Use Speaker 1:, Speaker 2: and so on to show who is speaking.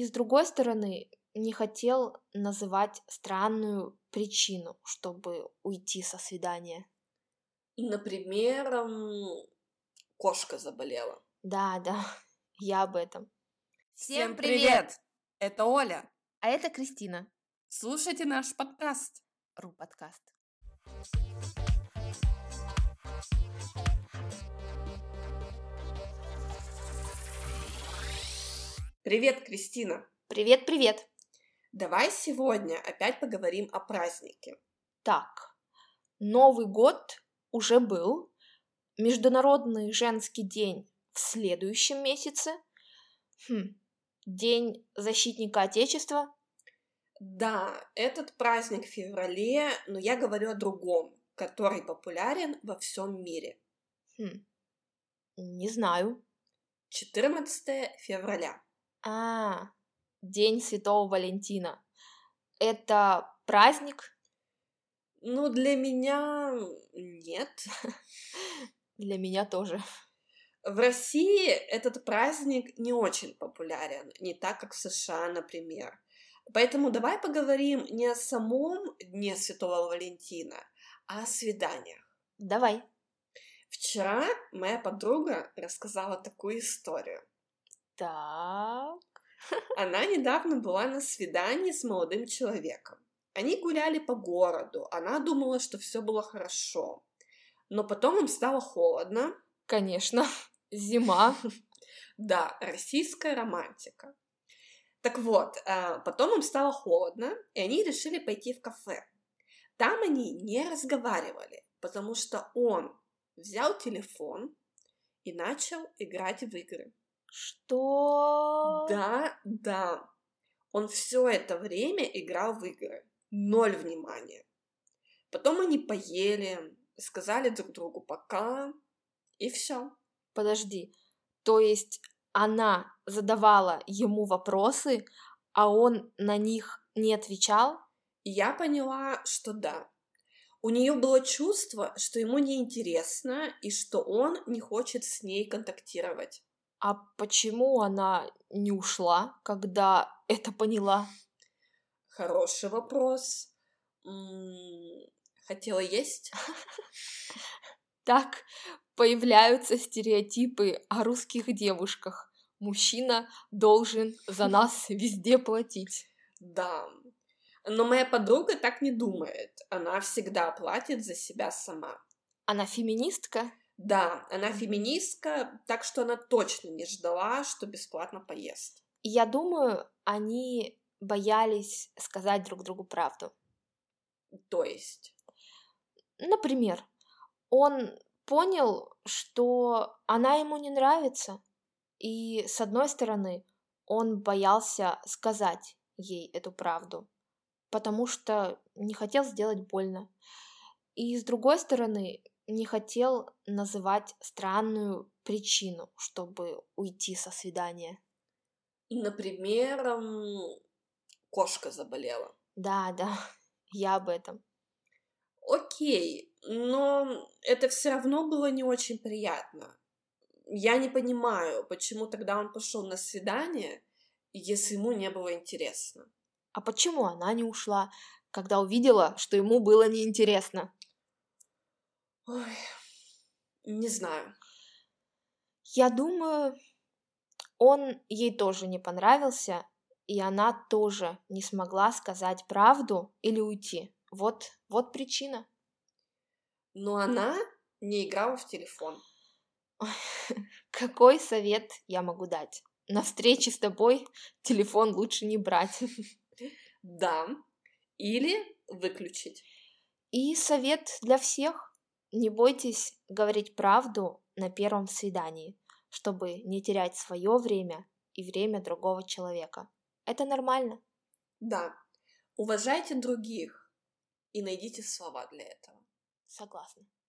Speaker 1: И с другой стороны, не хотел называть странную причину, чтобы уйти со свидания.
Speaker 2: Например, м, кошка заболела.
Speaker 1: Да, да, я об этом.
Speaker 3: Всем привет! Это Оля.
Speaker 1: А это Кристина,
Speaker 3: Слушайте наш подкаст.
Speaker 1: Ру подкаст.
Speaker 2: Привет, Кристина.
Speaker 1: Привет, привет.
Speaker 2: Давай сегодня опять поговорим о празднике.
Speaker 1: Так, Новый год уже был, Международный женский день в следующем месяце, Хм, День защитника Отечества,
Speaker 2: Да, этот праздник в феврале, но я говорю о другом, который популярен во всем мире.
Speaker 1: Хм, не знаю,
Speaker 2: 14 февраля.
Speaker 1: а, День Святого Валентина. Это праздник
Speaker 2: Ну, для меня нет.
Speaker 1: для меня тоже.
Speaker 2: В России этот праздник не очень популярен, не так, как в США, например. Поэтому давай поговорим не о самом Дне Святого Валентина, а о свиданиях.
Speaker 1: Давай.
Speaker 2: Вчера моя подруга рассказала такую историю.
Speaker 1: Так.
Speaker 2: Она недавно была на свидании с молодым человеком. Они гуляли по городу, она думала, что все было хорошо. Но потом им стало холодно.
Speaker 1: Конечно. Зима.
Speaker 2: Да, российская романтика. Так вот, а, потом им стало холодно, и они решили пойти в кафе. Там они не разговаривали, потому что он взял телефон и начал играть в игры.
Speaker 1: Что?
Speaker 2: Да, да. Он все это время играл в игры. Ноль внимания. Потом они поели, сказали друг другу пока, и все.
Speaker 1: Подожди. То есть она задавала ему вопросы, а он на них не отвечал?
Speaker 2: И я поняла, что да. У нее было чувство, что ему неинтересно и что он не хочет с ней контактировать.
Speaker 1: А почему она не ушла, когда это поняла?
Speaker 2: Хороший вопрос. М, Хотела есть?
Speaker 1: Так появляются стереотипы о русских девушках. Мужчина должен за нас везде платить.
Speaker 2: Да. Но моя подруга так не думает. Она всегда платит за себя сама.
Speaker 1: Она феминистка?
Speaker 2: Да, она феминистка, так что она точно не ждала, что бесплатно поест.
Speaker 1: И Я думаю, они боялись сказать друг другу правду.
Speaker 2: То есть,
Speaker 1: Например, он понял, что она ему не нравится, и с одной стороны, он боялся сказать ей эту правду, потому что не хотел сделать больно. И с другой стороны, не хотел называть странную причину, чтобы уйти со свидания.
Speaker 2: например, м, кошка заболела.
Speaker 1: Да, да, я об этом.
Speaker 2: Окей, но это все равно было не очень приятно. Я не понимаю, почему тогда он пошел на свидание, если ему не было интересно.
Speaker 1: А почему она не ушла, когда увидела, что ему было неинтересно?
Speaker 2: Ой, не знаю.
Speaker 1: Я думаю, он ей тоже не понравился, и она тоже не смогла сказать правду или уйти. Вот, вот причина.
Speaker 2: Но она не играла в телефон.
Speaker 1: Какой совет я могу дать? На встрече с тобой телефон лучше не брать.
Speaker 2: Да. Или выключить.
Speaker 1: И совет для всех. Не бойтесь говорить правду на первом свидании, чтобы не терять свое время и время другого человека. Это нормально.
Speaker 2: Да. Уважайте других и найдите слова для этого.
Speaker 1: Согласна.